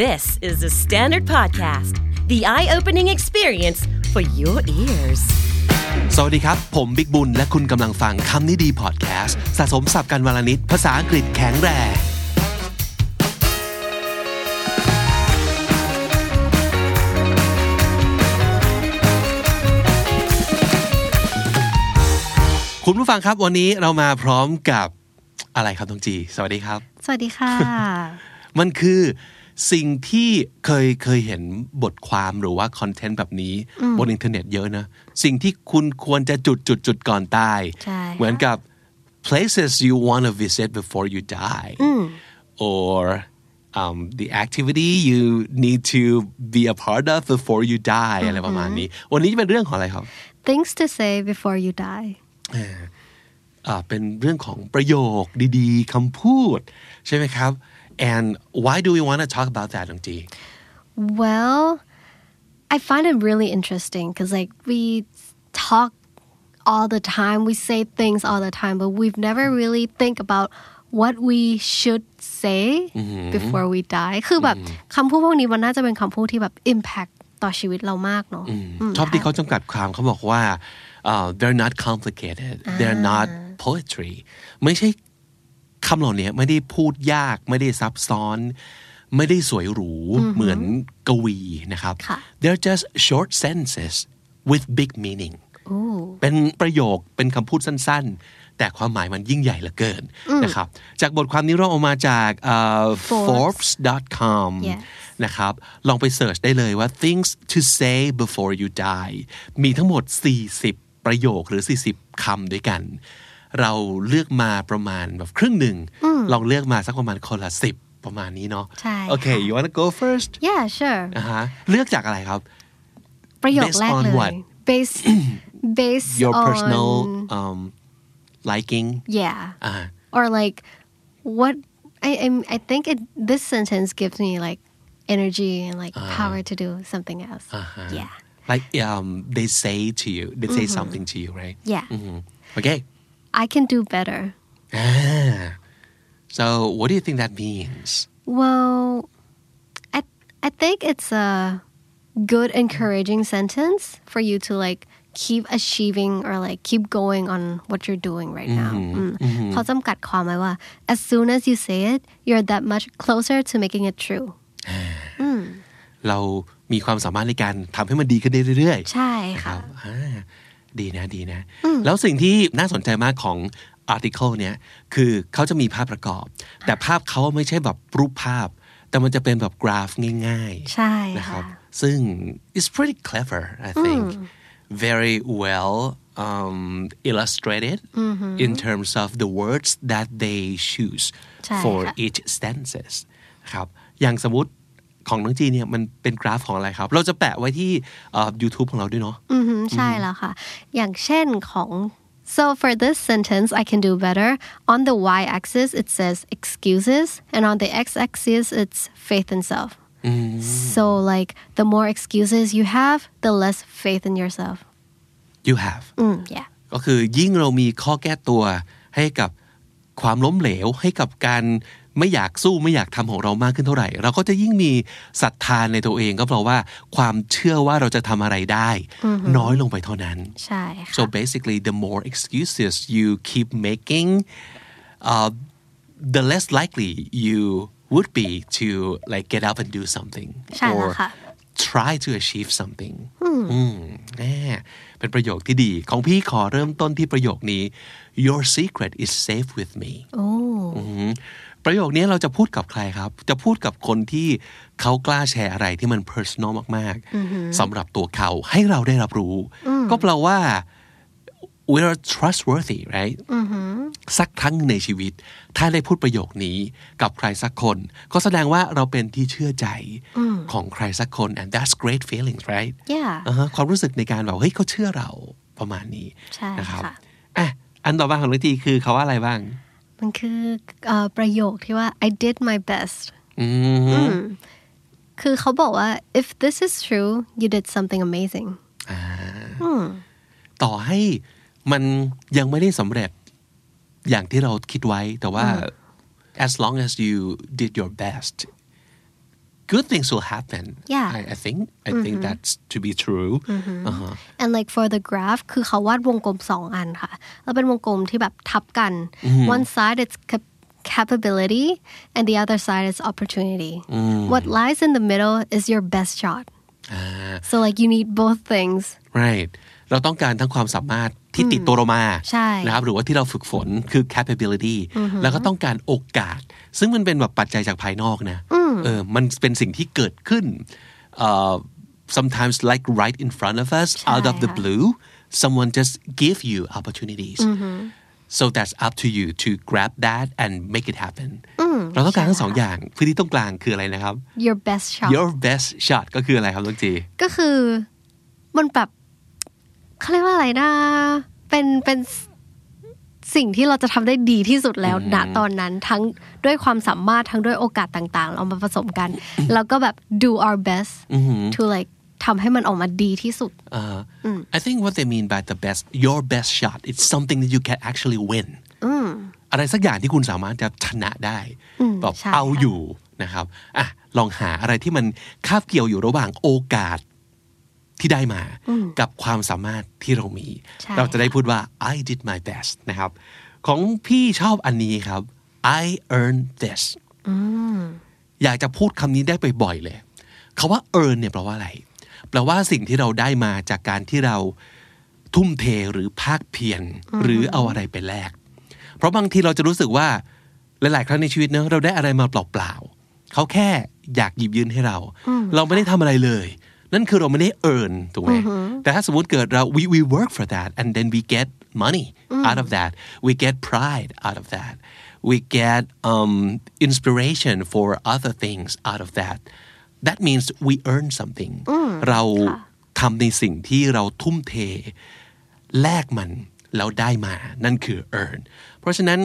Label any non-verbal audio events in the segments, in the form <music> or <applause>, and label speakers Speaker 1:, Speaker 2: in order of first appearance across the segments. Speaker 1: This is the Standard Podcast, the eye opening experience for your ears.
Speaker 2: สวัสดีครับ ผมบิ๊กบุญ และคุณกำลังฟังคำนี้ดีพอดแคสต์สะสมสับกันวลนิดภาษาอังกฤษแข็งแรง คุณผู้ฟังครับวันนี้เรามาพร้อมกับอะไรครับน้องจี สวัสดีครับ
Speaker 3: สวัสดีค่ะ
Speaker 2: <laughs> มันคือสิ่งที่เคยเคยเห็นบทความหรือว่าคอนเทนต์แบบนี้ บนอินเทอร์เน็ตเยอะนะ สิ่งที่คุณควรจะจุดจุดจุดก่อนตาย
Speaker 3: ใช่
Speaker 2: เหมือนกับ places you want to visit before you die or um, the activity you need to be a part of before you die อะไรประมาณนี้ วันนี้จะเป็นเรื่องของอะไรครับ
Speaker 3: Things to say before you die
Speaker 2: อ่าเป็นเรื่องของประโยคดีๆคำพูด ใช่ไหมครับ and why do we want to talk about that น้องจี
Speaker 3: well I find it really interesting because like we talk all the time we say things all the time but we've never really think about what we should say
Speaker 2: Mm-hmm.
Speaker 3: before we die คือแบบคำพูดพวกนี้มันน่าจะเป็นคำพูดที่แบบ impact ต่อชีวิตเรามากเนาะ
Speaker 2: ชอบที่เขาจำกัดความเขาบอกว่าเอ่อ they're not complicated they're not poetry ไม่ใช่คำเหล่านี้ไม่ได้พูดยากไม่ได้ซับซ้อน ไม่ได้สวยหรูเหมือนกวีนะครับ
Speaker 3: ค่ะ
Speaker 2: they're just short sentences with big meaning เป็นประโยคเป็นคำพูดสั้นๆ แต่ความหมายมันยิ่งใหญ่เหลือเกินนะครับ จากบทความนี้เราเอามาจากเอ่อ
Speaker 3: Forbes
Speaker 2: forbes.com
Speaker 3: Yes
Speaker 2: นะครับ ลองไปเสิร์ชได้เลยว่า things to say before you die มีทั้งหมด 40 ประโยคหรือ 40 คำด้วยกัน เราเลือกมาประมาณแบบครึ่งหนึ่ง ลองเลือกมาสักประมาณคนละ 10 ประมาณนี้เนาะ
Speaker 3: ใช่
Speaker 2: โอเค
Speaker 3: ค่ะ
Speaker 2: you wanna go first
Speaker 3: yeah sure
Speaker 2: อ่าฮะเลือกจากอะไรครับ
Speaker 3: ประโยค
Speaker 2: Based
Speaker 3: แรก
Speaker 2: on
Speaker 3: เลย
Speaker 2: what?
Speaker 3: based
Speaker 2: <coughs>
Speaker 3: based
Speaker 2: your
Speaker 3: on
Speaker 2: personal um liking
Speaker 3: yeah
Speaker 2: อ่า
Speaker 3: or like what I I'm- I think it this sentence gives me like energy and like power to do something else. Yeah.
Speaker 2: like um they say to you they say something to you right
Speaker 3: Yeah.
Speaker 2: Mhm. okay
Speaker 3: I can do better.
Speaker 2: ah. so what do you think that means
Speaker 3: Well, I I think it's a good encouraging sentence for you to like keep achieving or like keep going on what you're doing right now. อืมเขาจำกัดความไว้ว่า as soon as you say it you're that much closer to making it true
Speaker 2: เรามีความสามารถในการทำให้มันดีขึ้นได้เรื่อยๆ
Speaker 3: ใช่
Speaker 2: ค
Speaker 3: ค่ะ
Speaker 2: รับอ่าดีนะดีนะ แล้วสิ่งที่น่าสนใจมากของ article เนี้ยคือเขาจะมีภาพประกอบ แต่ภาพเขาไม่ใช่แบบรูปภาพ แต่มันจะเป็นแบบกราฟง่ายๆ
Speaker 3: ใช่
Speaker 2: นะครับ
Speaker 3: ค่ะ
Speaker 2: ซึ่ง it's pretty clever I think very well um, illustrated in terms of the words that they choose
Speaker 3: ใช่
Speaker 2: for
Speaker 3: ค่ะ
Speaker 2: each stances ครับอย่างสมมติของน้องจีเนี่ยมันเป็นกราฟของอะไรครับ เราจะแปะไว้ที่เอ่อ YouTube ของเราด้วยเนาะ
Speaker 3: อือหือ Mm-hmm. ใช่แล้วค่ะ อย่างเช่นของ so for this sentence I can do better on the y axis it says excuses and on the x axis it's faith in self so like the more excuses you have the less faith in yourself
Speaker 2: you have
Speaker 3: อืม yeah
Speaker 2: ก็คือยิ่งเรามีข้อแก้ตัวให้กับความล้มเหลว ให้กับการไม่อยากสู้ไม่อยากทำของเรามากขึ้นเท่าไหร่ เราก็จะยิ่งมีศรัทธานในตัวเองก็เพราะว่าความเชื่อว่าเราจะทำอะไรได้ น้อยลงไปเท่านั้น
Speaker 3: ใช่ค่ะ
Speaker 2: so basically the more excuses you keep making uh, the less likely you would be to like get up and do something
Speaker 3: ใช่แล้ว
Speaker 2: or
Speaker 3: ค่ะ
Speaker 2: try to achieve something อืมแน่เป็นประโยคที่ดี ของพี่ขอเริ่มต้นที่ประโยคนี้ your secret is safe with me
Speaker 3: โอ้
Speaker 2: อืมประโยคนี้เราจะพูดกับใครครับ จะพูดกับคนที่เขากล้าแชร์อะไรที่มัน personal มาก ๆสำหรับตัวเขาให้เราได้รับรู้ ก็แปลว่า we are trustworthy right สักครั้งหนึ่งในชีวิต ถ้าได้พูดประโยคนี้กับใครสักคน ก็แสดงว่าเราเป็นที่เชื่อใจของใครสักคน and that's great feelings right
Speaker 3: yeah
Speaker 2: อ่าฮะความรู้สึกในการแบบเฮ้ยเขาเชื่อเราประมาณนี้
Speaker 3: ใช่
Speaker 2: นะครับ
Speaker 3: ค่ะ
Speaker 2: อ่ะอันต่อมาของน้องทีคือเขาว่าอะไรบ้าง
Speaker 3: มันคือเอ่อประโยคที่ว่า I did my best
Speaker 2: อืม
Speaker 3: คือเขาบอกว่า if this is true you did something amazing
Speaker 2: ต่อให้มันยังไม่ได้สำเร็จอย่างที่เราคิดไว้แต่ว่า as long as you did your best good things will happen.
Speaker 3: Yeah.
Speaker 2: I, I think I think that's to be true. Uh-huh.
Speaker 3: and like for the graph คือเขาวาดวงกลมสองอันค่ะ แล้วเป็นวงกลมที่แบบทับกัน one side it's cap- capability and the other side is opportunity what lies in the middle is your best shot so like you need both things
Speaker 2: Right เราต้องการทั้งความสามารถที่ติดตัวเรามา
Speaker 3: ใช่
Speaker 2: นะครับหรือว่าที่เราฝึกฝนคือ capability แล้วก็ต้องการโอกาส ซึ่งมันเป็นแบบปัจจัยจากภายนอกนะเออมันเป็นสิ่งที่เกิดขึ้นเอ่อ sometimes like right in front of us out of the
Speaker 3: ค่ะ
Speaker 2: blue someone just give you opportunities so that's up to you to grab that and make it happen เราต้องการทั้งสองอย่างพื้นที่ตรงกลางคืออะไรนะครับ
Speaker 3: your best shot
Speaker 2: your best shot ก็คืออะไรครับลุงจี
Speaker 3: ก็คือมันแบบเขาเรียกว่าอะไรนะ เป็นเป็นสิ่งที่เราจะทำได้ดีที่สุดแล้วณตอนนั้นทั้งด้วยความสามารถทั้งด้วยโอกาสต่างๆ เอามาผสมกัน
Speaker 2: <laughs>
Speaker 3: แล้วก็แบบ do our best to like ทำให้มันออกมาดีที่สุด
Speaker 2: Uh, I think what they mean by the best, your best shot, it's something that you can actually win. อะไรสักอย่างที่คุณสามารถจะชนะได้แบบ
Speaker 3: ใช่
Speaker 2: เอา
Speaker 3: ค่ะ
Speaker 2: อยู่นะครับอ่ะลองหาอะไรที่มันคาบเกี่ยวอยู่ระหว่างโอกาสที่ได้มา กับความสามารถที่เรามี
Speaker 3: ใช่
Speaker 2: เราจะได้พูดว่า I did my best นะครับ ของพี่ชอบอันนี้ครับ I earned this อยากจะพูดคำนี้ได้บ่อยๆเลยคาว่า earn เนี่ยแปลว่าอะไร แปลว่าสิ่งที่เราได้มาจากการที่เราทุ่มเทหรือภาคเพียรหรือเอาอะไรไปแลก เพราะบางทีเราจะรู้สึกว่าหลายๆ ครั้งในชีวิตเนอะเราได้อะไรมาเปล่าๆเขาแค่อยากหยิบยืนให้เรา เราไม่ได้ทำอะไรเลย นั่นคือเราไม่ได้ earn ถูกไหมแต่ถ้าสมมติเกิดเรา we we work for that and then we get money out of that we get pride out of that we get um, inspiration for other things out of that that means we earn something เราทำในสิ่งที่เราทุ่มเท แลกมันแล้วได้มานั่นคือ earn เพราะฉะนั้น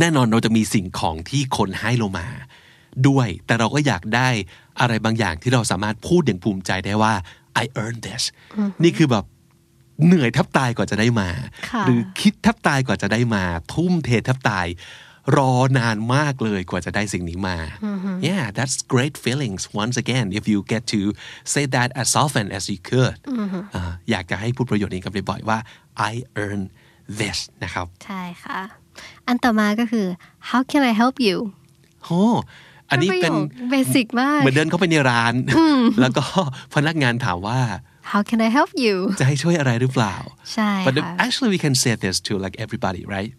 Speaker 2: แน่นอนเราจะมีสิ่งของที่คนให้เรามา ด้วย แต่เราก็อยากได้อะไรบางอย่างที่เราสามารถพูดอย่างภูมิใจได้ว่า I earn this นี่คือแบบเหนื่อยแทบตายกว่าจะได้มา
Speaker 3: ค่ะ
Speaker 2: หรือคิดแทบตายกว่าจะได้มา ทุ่มเทแทบตาย รอนานมากเลยกว่าจะได้สิ่งนี้มา yeah that's great feelings once again if you get to say that as often as you could อ่าอยากจะให้พูดประโยชน์นี้กับบ่อยๆว่า I earn this นะครับ
Speaker 3: ใช่ค่ะ อันต่อมาก็คือ how can I help you
Speaker 2: โอ้อันนี้เป็น
Speaker 3: เบสิกมาก
Speaker 2: เหมือนเดินเข้าไปในร้าน แล้วก็พนักงานถามว่า
Speaker 3: how can I help you
Speaker 2: จะให้ช่วยอะไรหรือเปล่า
Speaker 3: ใช่ค่ะ Mm.
Speaker 2: but actually we can say this to like everybody right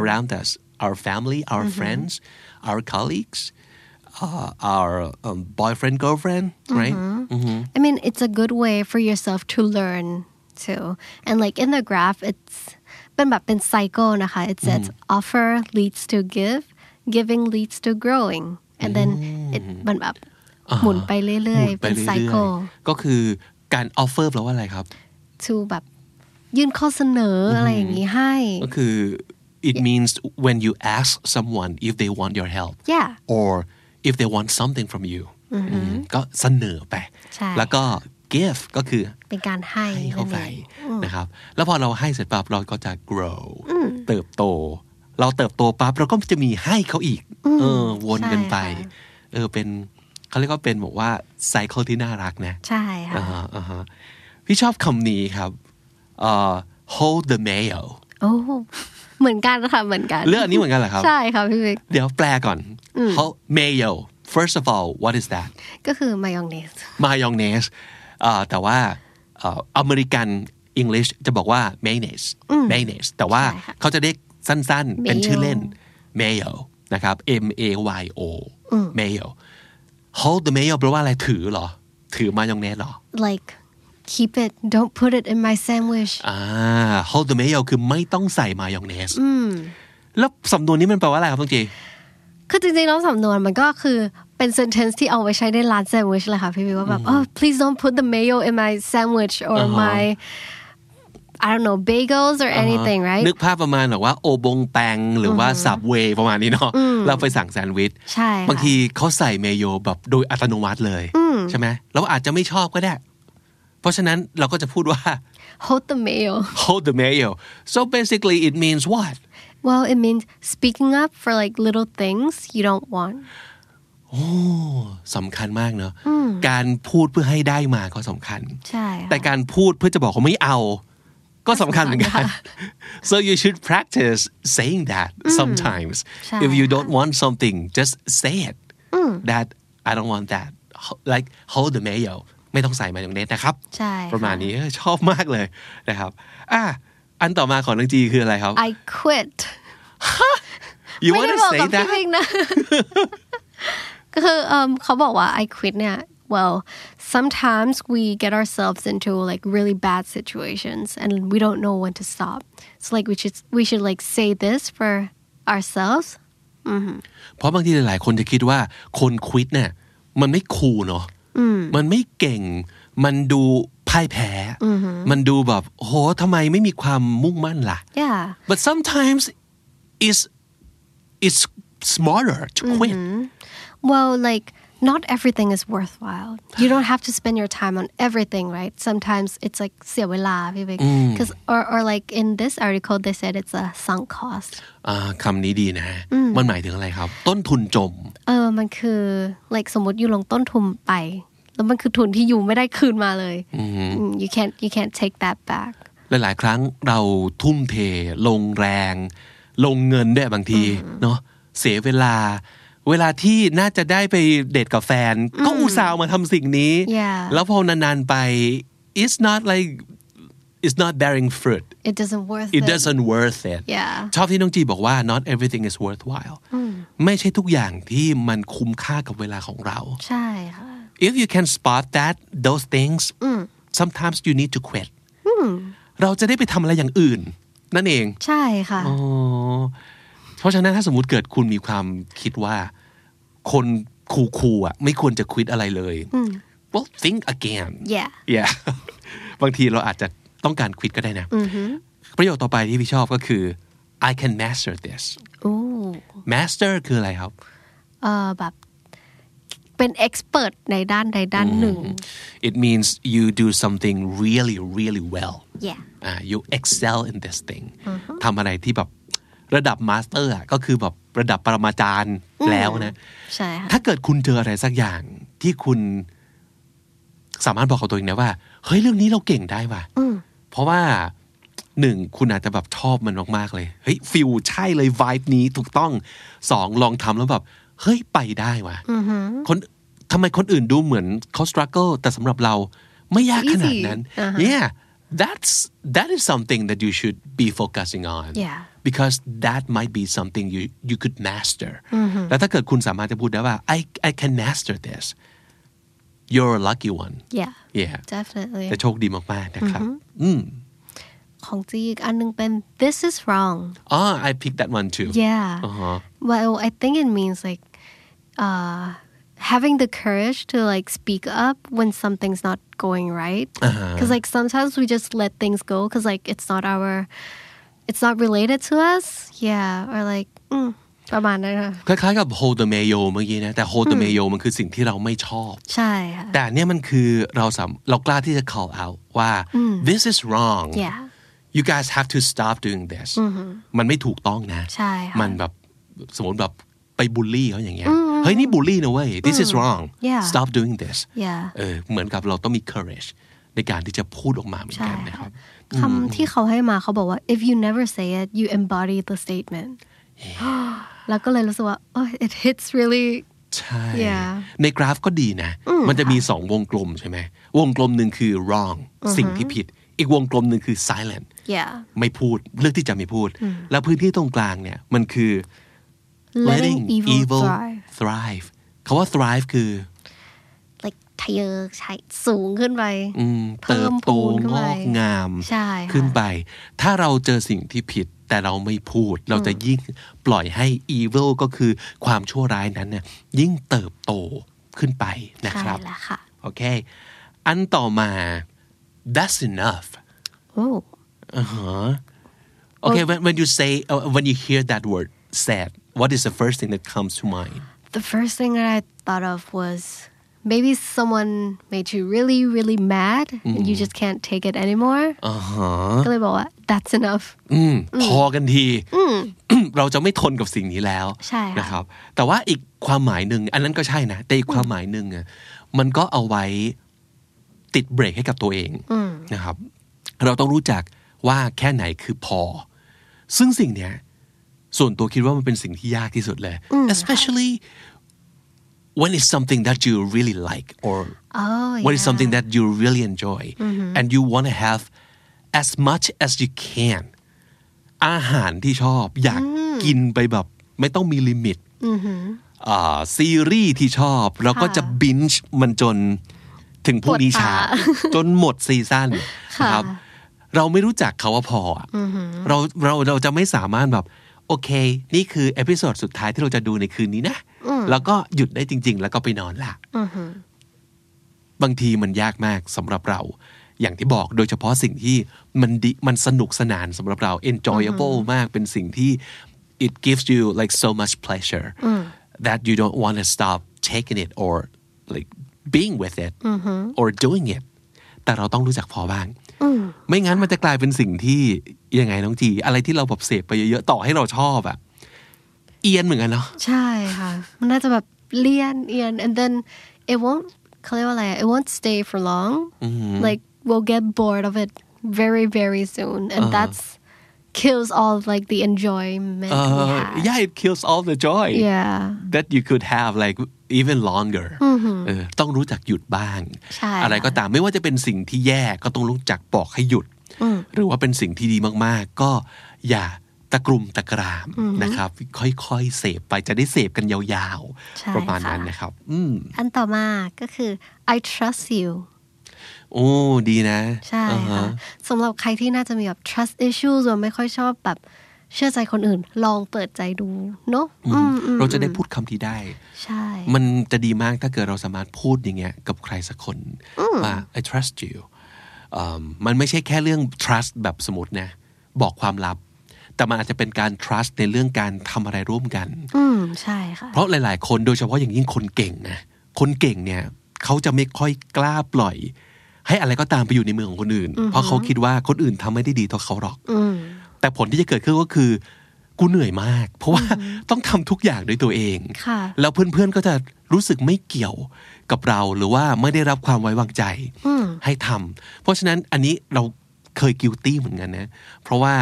Speaker 2: around us our family
Speaker 3: Mm-hmm.
Speaker 2: our friends our colleagues uh, our um, boyfriend girlfriend
Speaker 3: Mm-hmm.
Speaker 2: right Mhm.
Speaker 3: I mean, it's a good way for yourself to learn too. And like in the graph, it's เป็นแบบเป็น cycle นะคะ It says offer leads to give, giving leads to growing, and then it มันแบบหมุนไปเรื่อย
Speaker 2: หมุ
Speaker 3: ๆ เป็น
Speaker 2: รื่อ
Speaker 3: cycle
Speaker 2: ๆก็คือการ offer แปลว่าอะไรครับ
Speaker 3: to แบบยื่นข้อเสนออะไรอย่างนี้ให้
Speaker 2: ก็คือ it means when you ask someone if they want your help
Speaker 3: yeah Mm-hmm.
Speaker 2: or if they want something from you อืมก็เสนอไป
Speaker 3: ใช่
Speaker 2: แล้วก็ give ก็คือ
Speaker 3: เป็นการให้
Speaker 2: ให้
Speaker 3: นั่
Speaker 2: เข้าน ไป
Speaker 3: เอง
Speaker 2: นะครับ แล้วพอเราให้เสร็จปั๊บเราก็จะ grow เติบโต เราเติบโตปั๊บเราก็จะมีให้เขาอีก เออ วนกันไป เออ เป็นเขาเรียกว่าเป็นบอกว่า cycle ที่น่ารักนะ
Speaker 3: ใช่ค่ะ
Speaker 2: อ่าฮะอ่าฮะพี่ชอบคำนี้ครับเอ่อ hold the mail
Speaker 3: โอ้ <laughs> เหมือนกันค่ะ เหมือนกัน
Speaker 2: เรื่องอันนี้เหมือนกันเหรอครับ
Speaker 3: ใช่ค่ะพี่วิก
Speaker 2: เดี๋ยวแปลก่อน hold mayo first of all what is that
Speaker 3: ก็คือมายองเนส
Speaker 2: มายองเนสแต่ว่าเอ่ออเมริกันอังกฤษจะบอกว่า mayonnaise mayonnaise แต่ว่า
Speaker 3: ใช่ค่ะ
Speaker 2: เขาจะเรียกสั้นๆ เป็น
Speaker 3: Mayo
Speaker 2: ชื่อเล่น mayo นะครับ m a y o mayo hold the mayo แปลว่าอะไรถือเหรอ ถือมายองเนสเหรอ
Speaker 3: like keep it don't put it in my sandwich
Speaker 2: อ่า hold the mayo คือไม่ต้องใส่มายองเนสแล้วสำนวนนี้มันแปลว่าอะไรครับต้องจี
Speaker 3: คือจริงๆแล้วสำนวนมันก็คือเป็น sentence ที่เอาไว้ใช้ในร้านแซนด์วิชเลยค่ะพี่วิวว่าแบบ oh please don't put the mayo in my sandwich or
Speaker 2: อ่าฮะ
Speaker 3: my I don't know bagels or anything right
Speaker 2: นึกภาพประมาณแบบว่าโอบงแปงหรือว่าสับเวประมาณนี้เนาะเราไปสั่งแซนด์วิช
Speaker 3: ใช่ค่ะ
Speaker 2: บางทีเขาใส่เมโยแบบโดยอัตโนมัติเลยใช่ไหมเราอาจจะไม่ชอบก็ได้ เพราะฉะนั้นเราก็จะพูดว่า <laughs>
Speaker 3: hold the mayo
Speaker 2: hold the mayo so basically it means what
Speaker 3: well it means speaking up for like little things you don't want
Speaker 2: สำคัญมากเนอะการพูดเพื่อให้ได้มาก็สำคัญ
Speaker 3: ใช่ค่ะ
Speaker 2: แต่การพูดเพื่อจะบอกเขาไม่เอา ก็สำคัญเหมือนกัน <laughs> so you should practice saying that sometimes
Speaker 3: ใช่
Speaker 2: if you don't want something just say it that I don't want that like hold the mayo ไม่ต้องใส่มายองเนสนะครับ
Speaker 3: ใช่ค่
Speaker 2: ประมาณนี้เออชอบมากเลยนะครับอ่ะอันต่อมาของน้องจีคืออะไรครับ
Speaker 3: I quit
Speaker 2: you
Speaker 3: ไม่
Speaker 2: want
Speaker 3: ได้
Speaker 2: to
Speaker 3: บอก
Speaker 2: say
Speaker 3: กับ
Speaker 2: that
Speaker 3: พี่พิงนะ
Speaker 2: <laughs>
Speaker 3: ก็คือเอิ่มเขาบอกว่า I quit เนี่ย well sometimes we get ourselves into like really bad situations and we don't know when to stop so like we should we should like say this for ourselves
Speaker 2: เพราะบางทีหลาย ๆ คนจะคิดว่าคนควิดเนี่ยมันไม่คูลเนาะมันไม่เก่ง มันดูพ่ายแพ้ มันดูแบบโหทำไมไม่มีความมุ่งมั่นล่ะ
Speaker 3: yeah
Speaker 2: but sometimes is is smarter to quit
Speaker 3: Well, like not everything is worthwhile. You don't have to spend your time on everything, right? Sometimes it's like เสียเวลาพี่เบก cuz or or like in this article they said it's a sunk cost.
Speaker 2: อ่าคำนี้ดีนะฮะมันหมายถึงอะไรครับ ต้นทุนจม
Speaker 3: เออมันคือ like สมมติอยู่ลงต้นทุนไปแล้วมันคือทุนที่อยู่ไม่ได้คืนมาเลยอืม you can't you can't take that back
Speaker 2: หลาย ๆ ครั้งเราทุ่มเท ลงแรง ลงเงินด้วยบางทีเนาะเสียเวลา เวลาที่น่าจะได้ไปเดทกับแฟน ก็อุตส่าห์มาทำสิ่งนี้
Speaker 3: Yeah
Speaker 2: แล้วพอนาน ๆ ไป it's not like it's not bearing fruit
Speaker 3: it doesn't worth
Speaker 2: it doesn't worth it
Speaker 3: Yeah
Speaker 2: ชอบที่น้องจีบอกว่า not everything is worthwhile ไม่ใช่ทุกอย่างที่มันคุ้มค่ากับเวลาของเรา
Speaker 3: ใช่ค่ะ
Speaker 2: if you can spot that those things sometimes you need to quit เราจะได้ไปทำอะไรอย่างอื่น นั่นเอง
Speaker 3: ใช่ค่ะ
Speaker 2: อ๋อเพราะฉะนั้นถ้าสมมติเกิดคุณมีความคิดว่า คนคูลๆอ่ะ ไม่ควรจะควิดอะไรเลย well think <laughs> again
Speaker 3: yeah
Speaker 2: yeah บางทีเราอาจจะต้องการควิดก็ได้นะ ประโยคต่อไปที่พี่ชอบก็คือ I can master this
Speaker 3: โอ้
Speaker 2: master คืออะไรครับ
Speaker 3: เออแบบเป็น expert ในด้านใดด้านหนึ่ง
Speaker 2: it means you do something really really well
Speaker 3: Yeah.
Speaker 2: uh, you excel in this thing ทำอะไรที่แบบระดับมาสเตอร์ก็คือแบบระดับปรมาจารย์แล้วนะ
Speaker 3: ใช่ค่ะ <laughs>
Speaker 2: ถ้าเกิดคุณเจออะไรสักอย่างที่คุณสามารถบอกกับตัวเองได้ว่า เฮ้ย เรื่องนี้เราเก่งได้ว่ะเพราะว่าหนึ่งคุณอาจจะแบบชอบมันมากๆเลย เฮ้ยฟิลใช่เลย i ายนี้ถูกต้องสองลองทำแล้วแบบ เฮ้ย ไปได้ว่ะคนทำไมคนอื่นดูเหมือนเขา struggle แต่สำหรับเราไม่ยากขนาดนั้น
Speaker 3: Easy อ่าฮะ
Speaker 2: yeah that's that is something that you should be focusing on
Speaker 3: Yeah.
Speaker 2: because that might be something you you could master
Speaker 3: Mm-hmm.
Speaker 2: แล้วถ้าเกิดคุณสามารถจะพูดได้ว่า I I can master this you're a lucky one
Speaker 3: yeah
Speaker 2: yeah
Speaker 3: definitely
Speaker 2: แต่โชคดีมาก ๆ นะครับ
Speaker 3: Mm-hmm.
Speaker 2: อืม
Speaker 3: ของจีอีกอันหนึงเป็น this is wrong
Speaker 2: อ๋อ Ah, I picked that one too Uh-huh.
Speaker 3: yeah
Speaker 2: อ่าฮะ
Speaker 3: well I think it means like uh having the courage to like speak up when something's not going right because like sometimes we just let things go because like it's not our it's not related to us yeah or like อืมประมาณนั้นค่ะ
Speaker 2: คล้ายๆกับ hold the mayo เมื่อกี้นะ แต่ hold the mayo มันคือสิ่งที่เราไม่ชอบ
Speaker 3: ใช่ค่ะ
Speaker 2: แต่อันเนี่ยมันคือเราสามเรากล้าที่จะ call out ว่า this is wrong
Speaker 3: yeah
Speaker 2: you guys have to stop doing this มันไม่ถูกต้องนะ
Speaker 3: ใช่ค่ะ
Speaker 2: มันแบบสมมติแบบไปบูลลี่เขาอย่างเงี้ย เฮ้ย นี่บูลลี่นะเว้ย this is wrong
Speaker 3: Yeah
Speaker 2: stop doing this
Speaker 3: yeah
Speaker 2: เออเหมือนกับเราต้องมี courage ในการที่จะพูดออกมาเหมือนกันนะครับ
Speaker 3: คำที่เขาให้มาเขาบอกว่า if you never say it you embody the statement <gasps> แล้วก็เลยรู้สึกว่า oh it hits really
Speaker 2: ใช่
Speaker 3: Yeah
Speaker 2: ในกราฟก็ดีนะ มันจะมีสองวงกลมใช่ไหม วงกลมหนึ่งคือ wrong สิ่งที่ผิด อีกวงกลมหนึ่งคือ silent
Speaker 3: yeah
Speaker 2: ไม่พูด เลือกที่จะไม่พูด แล้วพื้นที่ตรงกลางเนี่ย มันคือ
Speaker 3: letting evil thrive
Speaker 2: thrive คำว่า thrive คือ
Speaker 3: like ทะเยอใช้สูงขึ้นไป
Speaker 2: อืมเติ
Speaker 3: เพิ่
Speaker 2: บ
Speaker 3: ม
Speaker 2: โต
Speaker 3: พูนขึ้น
Speaker 2: ง
Speaker 3: ไป
Speaker 2: อกงาม
Speaker 3: ใช่ค่ะ
Speaker 2: ขึ้นไป ถ้าเราเจอสิ่งที่ผิดแต่เราไม่พูด เราจะยิ่งปล่อยให้ evil ก็คือความชั่วร้ายนั้นเนี่ยยิ่งเติบโตขึ้นไปนะ
Speaker 3: ใช่
Speaker 2: ครับ
Speaker 3: แล้วค่ะ
Speaker 2: โอเค อันต่อมา that's enough
Speaker 3: oh
Speaker 2: อ่าฮะ okay when when you say uh, when you hear that word sad what is the first thing that comes to mind
Speaker 3: the first thing that I thought of was maybe someone made you really really mad and
Speaker 2: Mm.
Speaker 3: you just can't take it anymore
Speaker 2: อ่าฮะ
Speaker 3: ก็เลยบอกว่า that's enough
Speaker 2: อืมพอกันที <clears throat> เราจะไม่ทนกับสิ่งนี้แล้ว
Speaker 3: ใช่ค่ะ
Speaker 2: นะครับ แต่ว่าอีกความหมายหนึ่งอันนั้นก็ใช่นะ แต่อีกความหมายหนึ่งอะมันก็เอาไว้ติดเบรกให้กับตัวเองนะครับ เราต้องรู้จักว่าแค่ไหนคือพอ ซึ่งสิ่งเนี้ย ส่วนตัวคิดว่ามันเป็นสิ่งที่ยากที่สุดเลย especially when it's something that you really like or
Speaker 3: Oh,
Speaker 2: what is
Speaker 3: yeah.
Speaker 2: something that you really enjoy and you want to have as much as you can อาหารที่ชอบอยากกินไปแบบ ไม่ต้องมีลิมิตอ่าซีรีส์ที่ชอบ แล้วก็จะบินช์มันจนถึงพรุ่งนี้เช้า
Speaker 3: ปวดตา
Speaker 2: จนหมดซีซั่นนะครับ เราไม่รู้จักเขาว่าพออะเราเราเราจะไม่สามารถแบบ โอเค นี่คือเอพิโซดสุดท้ายที่เราจะดูในคืนนี้นะ แล้วก็หยุดได้จริง ๆ แล้วก็ไปนอนละ บางทีมันยากมากสำหรับเรา อย่างที่บอกโดยเฉพาะสิ่งที่มันดีมันสนุกสนานสำหรับเรา enjoyable มากเป็นสิ่งที่ it gives you like so much pleasure that you don't want to stop taking it or like being with it or doing it แต่เราต้องรู้จักพอบ้าง ไม่งั้นมันจะกลายเป็นสิ่งที่ยังไงน้องจี อะไรที่เราแบบเสพไปเยอะๆ ต่อให้เราชอบอะเอียนเหมือนกันเนาะ
Speaker 3: ใช่ค่ะมันน่าจะแบบเลี่ยนเอียน and then it won't เขาเรียกว่าอะไรอะ it won't stay for long
Speaker 2: Mm-hmm.
Speaker 3: like we'll get bored of it very very soon
Speaker 2: Uh-huh.
Speaker 3: and that's kills all of, like the enjoyment we
Speaker 2: Uh,
Speaker 3: had
Speaker 2: yeah it kills all the joy
Speaker 3: yeah
Speaker 2: that you could have like even longer เออต้องรู้จักหยุดบ้าง
Speaker 3: ใช่ค่ะ
Speaker 2: อะไรก็ตามไม่ว่าจะเป็นสิ่งที่แย่ก็ต้องรู้จักบอกให้หยุด หรือว่าเป็นสิ่งที่ดีมากๆ ก็อย่าตะกรุมตะกรามนะครับ ค่อยๆ เสพไปจะได้เสพกันยาว
Speaker 3: ใช่
Speaker 2: ๆ ประมาณ
Speaker 3: ค่ะ
Speaker 2: นั้นนะครับ อืม
Speaker 3: อันต่อมาก็คือ I trust you
Speaker 2: โอ้ดีนะ
Speaker 3: ใช่
Speaker 2: อ่าฮะ
Speaker 3: ค่ะสำหรับใครที่น่าจะมีแบบ trust issues หรือไม่ค่อยชอบแบบเชื่อใจคนอื่น ลองเปิดใจดูเนาะอืมอืม
Speaker 2: เราจะได้พูดคำที่ได้
Speaker 3: ใช่
Speaker 2: มันจะดีมากถ้าเกิดเราสามารถพูดอย่างเงี้ยกับใครสักคนว่า I trust you อืมมันไม่ใช่แค่เรื่อง trust แบบสมมตินะ บอกความลับ แต่มันอาจจะเป็นการ trust ในเรื่องการทำอะไรร่วมกัน
Speaker 3: อืมใช่ค่ะ
Speaker 2: เพราะหลาย ๆ คนโดยเฉพาะอย่างยิ่งคนเก่งนะ คนเก่งเนี่ยเขาจะไม่ค่อยกล้าปล่อย ให้อะไรก็ตามไปอยู่ในมือของคนอื่น เพราะเขาคิดว่าคนอื่นทำไม่ได้ดีเท่าเขาหรอก แต่ผลที่จะเกิดขึ้นก็คือ กูเหนื่อยมาก เพราะว่าต้องทำทุกอย่างด้วยตัวเอง
Speaker 3: ค่ะ
Speaker 2: แล้วเพื่อน ๆ ก็จะรู้สึกไม่เกี่ยวกับเราหรือว่าไม่ได้รับความไว้วางใจให้ทำเพราะฉะนั้นอันนี้เราเคยกิวตี้เหมือนกันนะ เพราะว่า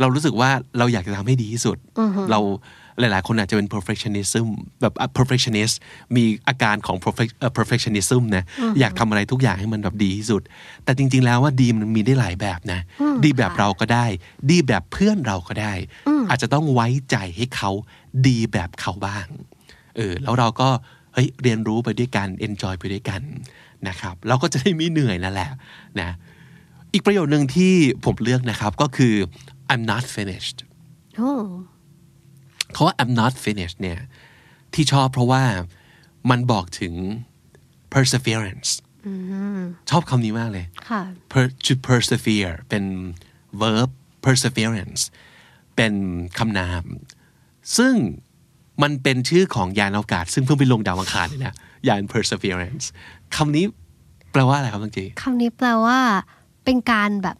Speaker 2: เรารู้สึกว่าเราอยากจะทำให้ดีที่สุด เราหลาย ๆ คนอาจจะเป็น perfectionism แบบ perfectionist มีอาการของ perfect- เอ่อ perfectionism นะอยากทำอะไรทุกอย่างให้มันแบบดีที่สุด แต่จริง ๆ แล้วว่าดีมันมีได้หลายแบบนะ ดีแบบเราก็ได้ ดีแบบเพื่อนเราก็ได้ อาจจะต้องไว้ใจให้เขาดีแบบเขาบ้าง เออแล้วเราก็เฮ้ยเรียนรู้ไปด้วยกัน enjoy ไปด้วยกันนะครับเราก็จะได้ไมีเหนื่อยนั่นแหละนะอีกประโยชน์หนึ่งที่ผมเลือกนะครับก็คือ I'm not finished
Speaker 3: โอ้
Speaker 2: เขาว่า I'm not finished เนี่ยที่ชอบเพราะว่ามันบอกถึง perseverance ชอบคำนี้มากเลย
Speaker 3: ค่ะ
Speaker 2: per- to persevere เป็น verb perseverance เป็นคำนาม ซึ่งมันเป็นชื่อของยานอวกาศ ซึ่งเพิ่งไปลงดาวอังคารนี่นะยาน perseverance คำนี้แปลว่าอะไรครับน้องจี
Speaker 3: คำนี้แปลว่าเป็นการแบบ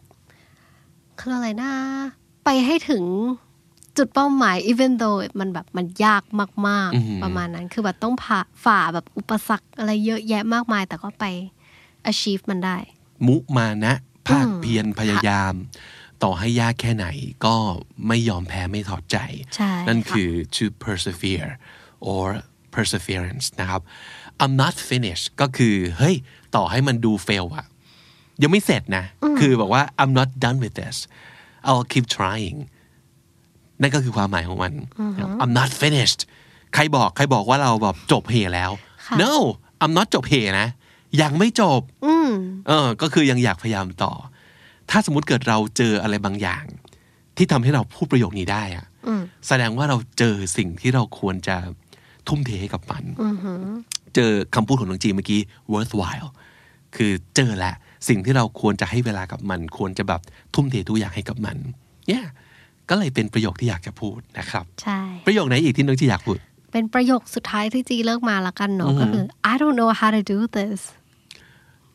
Speaker 3: เขาเรียกอะไรนะ ไปให้ถึงจุดเป้าหมาย even though มันแบบมันยากมาก ๆ ประมาณนั้น คือแบบต้องผ่าฝ่าแบบอุปสรรคอะไรเยอะแยะมากมาย แต่ก็ไป achieve มันได้
Speaker 2: มุมานะภาคเพียรพยายาม ต่อให้ยากแค่ไหนก็ไม่ยอมแพ้ไม่ถอดใจ
Speaker 3: ใช่
Speaker 2: นั่น
Speaker 3: ค่ะ
Speaker 2: คือ to persevere or perseverance นะครับ I'm not finished ก็คือเฮ้ยต่อให้มันดู fail อะยังไม่เสร็จนะ คือบอกว่า I'm not done with this I'll keep trying นั่นก็คือความหมายของมัน I'm not finished ใครบอกใครบอกว่าเราแบบจบเหแล้ว no I'm not จบเหนะ ยังไม่จบ เออ ก็คือยังอยากพยายามต่อ ถ้าสมมติเกิดเราเจออะไรบางอย่าง ที่ทำให้เราพูดประโยคนี้ได้อะแสดงว่าเราเจอสิ่งที่เราควรจะทุ่มเทให้กับมันเจอคำพูดของน้องจีนเมื่อกี้ worthwhile คือเจอแหละ สิ่งที่เราควรจะให้เวลากับมัน ควรจะแบบทุ่มเททุกอย่างให้กับมัน yeah ก็เลยเป็นประโยคที่อยากจะพูดนะครับ
Speaker 3: ใช่
Speaker 2: ประโยคไหนอีกที่น้องจีนอยากพูด
Speaker 3: เป็นประโยคสุดท้ายที่จีเลิกมาละกันเนาะก็คือ I don't know how to do this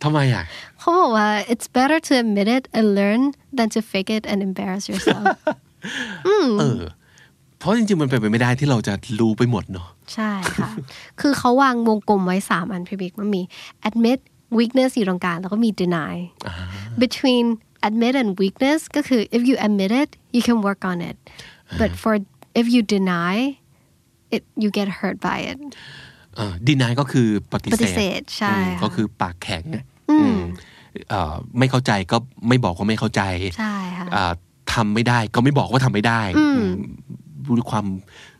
Speaker 2: ทำไมอ่ะ
Speaker 3: เขาบอกว่า it's better to admit <laughs> it and learn than to fake it and embarrass yourself
Speaker 2: เออ เพราะจริงๆมันเป็นไปไม่ได้ที่เราจะรู้ไปหมดเนาะ
Speaker 3: ใช่ค่ะ คือเขาวางวงกลมไว้สามอันพี่บิ๊กมันมี admit weakness อยู่ตรงกลางแล้วก็มี deny between admit and weakness ก็คือ if you admit it you can work on it but for if you deny it you get hurt by it
Speaker 2: ดินายก็คือปฏิ
Speaker 3: ปฏิ
Speaker 2: เส
Speaker 3: เส
Speaker 2: ธ
Speaker 3: ธใช่
Speaker 2: อืม
Speaker 3: ค่ะ
Speaker 2: ก็คือปากแข็งอะอืมเอ่อไม่เข้าใจก็ไม่บอกว่าไม่เข้าใจ
Speaker 3: ใช่ค่ะ
Speaker 2: อ่าทำไม่ได้ก็ไม่บอกว่าทำไม่ได้รู้ความ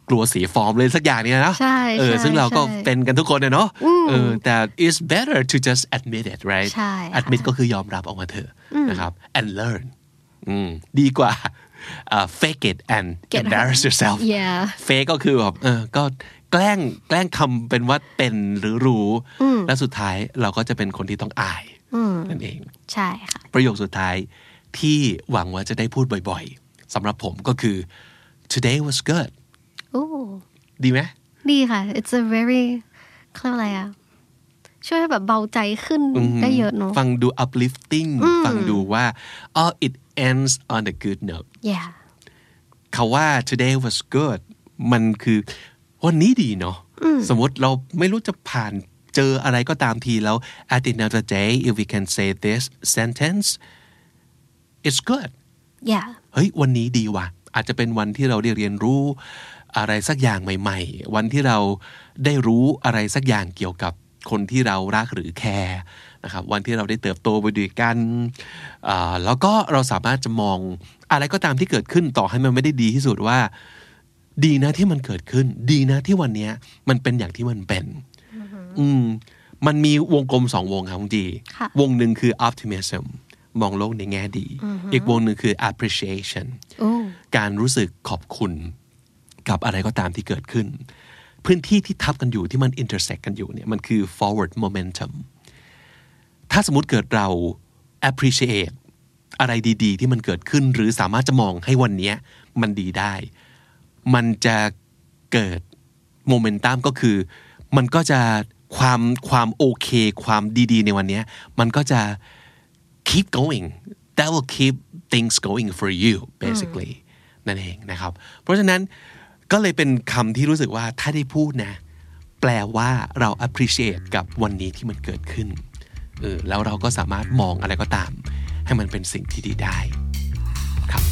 Speaker 2: กลัวเสียฟอร์มเลยสักอย่างเนี้ยนะ
Speaker 3: ใช่
Speaker 2: เออ
Speaker 3: ใช่
Speaker 2: ซึ่งเราก็
Speaker 3: ใช่
Speaker 2: เป็นกันทุกคนอะเนาะเออแต่ it's better to just admit it right
Speaker 3: ใช่ค่ะ
Speaker 2: admit ก็คือยอมรับออกมาเถอะนะครับ and learn อืมดีกว่าอ่า fake it and
Speaker 3: Get hurt
Speaker 2: embarrass yourself
Speaker 3: yeah
Speaker 2: เฟกก็คือแบบเออก็แกล้งแกล้งทำเป็นว่าเป็นหรือรู้ และสุดท้ายเราก็จะเป็นคนที่ต้องอายนั่นเอง
Speaker 3: ใช่ค่ะ
Speaker 2: ประโยคสุดท้ายที่หวังว่าจะได้พูดบ่อยๆสำหรับผมก็คือ today was good
Speaker 3: โอ้
Speaker 2: ดีไหม
Speaker 3: ดีค่ะ it's a very เขาเรียกว่าอะไรอะช่วยให้แบบเบาใจขึ้นได้เยอะเนอะ
Speaker 2: ฟังดู uplifting ฟังดูว่า oh it ends on a good note
Speaker 3: yeah
Speaker 2: คาว่า today was good มันคือวันนี้ดีเนาะสมมติเราไม่รู้จะผ่านเจออะไรก็ตามทีแล้ว at the end of the day if we can say this sentence it's good
Speaker 3: yeah
Speaker 2: เฮ้ยวันนี้ดีว่ะ อาจจะเป็นวันที่เราได้เรียนรู้อะไรสักอย่างใหม่ ๆ วันที่เราได้รู้อะไรสักอย่างเกี่ยวกับคนที่เรารักหรือแคร์นะครับวันที่เราได้เติบโตไปด้วยกันอ่าแล้วก็เราสามารถจะมองอะไรก็ตามที่เกิดขึ้นต่อให้มันไม่ได้ดีที่สุดว่า ดีนะที่มันเกิดขึ้น ดีนะที่วันเนี้ยมันเป็นอย่างที่มันเป็น อืมมันมีวงกลมสองวงครับคุณจี
Speaker 3: ค่ะ
Speaker 2: วงหนึ่งคือ optimism มองโลกในแง่ดี อีกวงหนึ่งคือ appreciation
Speaker 3: โอ้
Speaker 2: การรู้สึกขอบคุณกับอะไรก็ตามที่เกิดขึ้น พื้นที่ที่ทับกันอยู่ที่มัน intersect กันอยู่เนี่ยมันคือ forward momentum ถ้าสมมติเกิดเรา appreciate อะไรดี ๆ ที่มันเกิดขึ้น หรือสามารถจะมองให้วันเนี้ยมันดีได้ มันจะเกิดโมเมนตัมก็คือ มันก็จะความความโอเค ความดีๆ ในวันเนี้ยมันก็จะ keep going that will keep things going for you basically นั่นเองนะครับ เพราะฉะนั้นก็เลยเป็นคำที่รู้สึกว่าถ้าได้พูดนะ แปลว่าเรา appreciate กับวันนี้ที่มันเกิดขึ้นเออแล้วเราก็สามารถมองอะไรก็ตาม ให้มันเป็นสิ่งที่ดีได้ครับ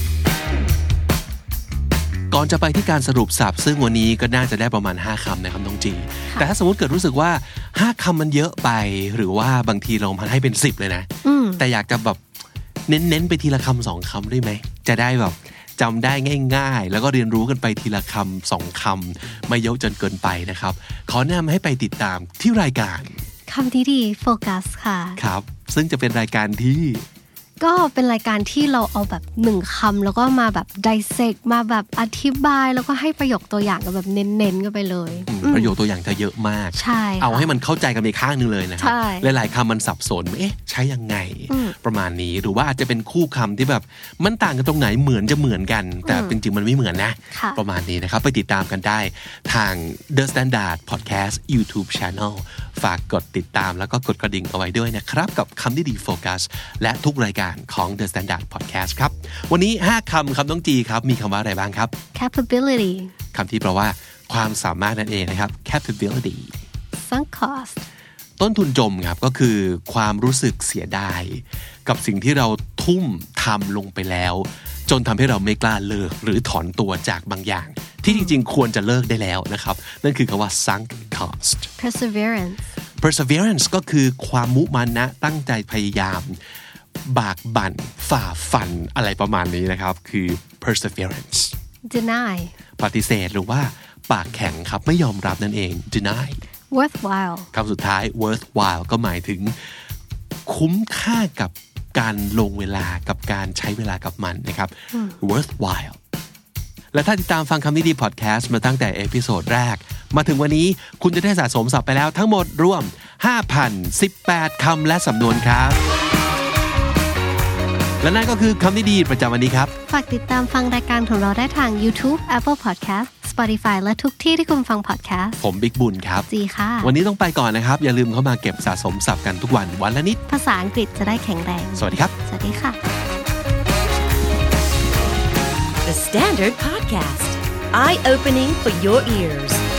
Speaker 2: ก่อนจะไปที่การสรุปสับซึ่งวันนี้ก็น่าจะได้ประมาณ 5คำนะครับน้องจี แต่ถ้าสมมติเกิดรู้สึกว่า 5คำมันเยอะไป หรือว่าบางทีเรามันให้เป็น 10 เลยนะ แต่อยากจะแบบเน้นๆไปทีละคำสองคำได้ไหม จะได้แบบจำได้ง่าย ๆ แล้วก็เรียนรู้กันไปทีละคำสองคำไม่เยอะจนเกินไปนะครับ ขอแนะนำให้ไปติดตามที่รายการ
Speaker 3: คำที่ดีโฟกัสค่ะ
Speaker 2: ครับ ซึ่งจะเป็นรายการที่
Speaker 3: ก็เป็นรายการที่เราเอาแบบหนึ่งคำแล้วก็มาแบบ dissect มาแบบอธิบายแล้วก็ให้ประโยคตัวอย่างกันแบบเน้นๆกันไปเลย
Speaker 2: ประโยชน์ตัวอย่างจะเยอะมาก
Speaker 3: ใช่ค่ะ
Speaker 2: เอาให้มันเข้าใจกันไปข้างหนึงเลยนะครั
Speaker 3: ใช่
Speaker 2: หลายๆคำมันสับสน เอ๊ะ ใช้ยังไง ประมาณนี้ หรือว่าอาจจะเป็นคู่คำที่แบบ มันต่างกันตรงไหน เหมือนจะเหมือนกัน แต่จริงๆ มันไม่เหมือนนะ
Speaker 3: ค่ะ
Speaker 2: ประมาณนี้นะครับ ไปติดตามกันได้ทาง The Standard Podcast YouTube Channel ฝากกดติดตามแล้วก็กดกระดิ่งเอาไว้ด้วยนะครับ กับคำที่ดีโฟกัส และทุกรายการของ The Standard Podcast ครับ วันนี้ 5คำคำต้องจีครับ มีคำว่าอะไรบ้างครับ
Speaker 3: capability
Speaker 2: คำที่แปลว่าความสามารถนั่นเองนะครับ capability
Speaker 3: sunk cost
Speaker 2: ต้นทุนจมครับก็คือความรู้สึกเสียดาย กับสิ่งที่เราทุ่มทำลงไปแล้ว จนทำให้เราไม่กล้าเลิก หรือถอนตัวจากบางอย่าง ที่จริงๆ ควรจะเลิกได้แล้วนะครับ นั่นคือคำว่า sunk cost
Speaker 3: perseverance
Speaker 2: perseverance ก็คือความมุมานะตั้งใจพยายาม บากบัน่นฝ่าฟันอะไรประมาณนี้นะครับ คือ perseverance
Speaker 3: deny
Speaker 2: ปฏิเสธหรือว่าปากแข็งครับไม่ยอมรับนั่นเอง deny
Speaker 3: worthwhile
Speaker 2: คำสุดท้าย worthwhile ก็หมายถึง คุ้มค่ากับการลงเวลากับการใช้เวลากับมันนะครับ worthwhile และถ้าติดตามฟังคำนี้ดีพอดแคสต์มาตั้งแต่เอพิโซดแรก มาถึงวันนี้คุณจะได้สะสมศัพท์ไปแล้วทั้งหมดรวม 5,018 คำและสำนวนครับ และนั่นก็คือคำนี้ดีประจำวันนี้ครับ
Speaker 3: ฝากติดตามฟังรายการของเราได้ทาง YouTube Apple Podcast Spotify และทุกที่ที่คุณฟัง podcast
Speaker 2: ผมบิ๊กบุญครับ
Speaker 3: จีค่ะ
Speaker 2: วันนี้ต้องไปก่อนนะครับ อย่าลืมเข้ามาเก็บสะสมศัพท์กันทุกวันวันละนิด
Speaker 3: ภาษาอังกฤษจะได้แข็งแรง
Speaker 2: สวัสดีครับ
Speaker 3: สวัสดีค่ะ
Speaker 1: The Standard Podcast, eye opening for your ears.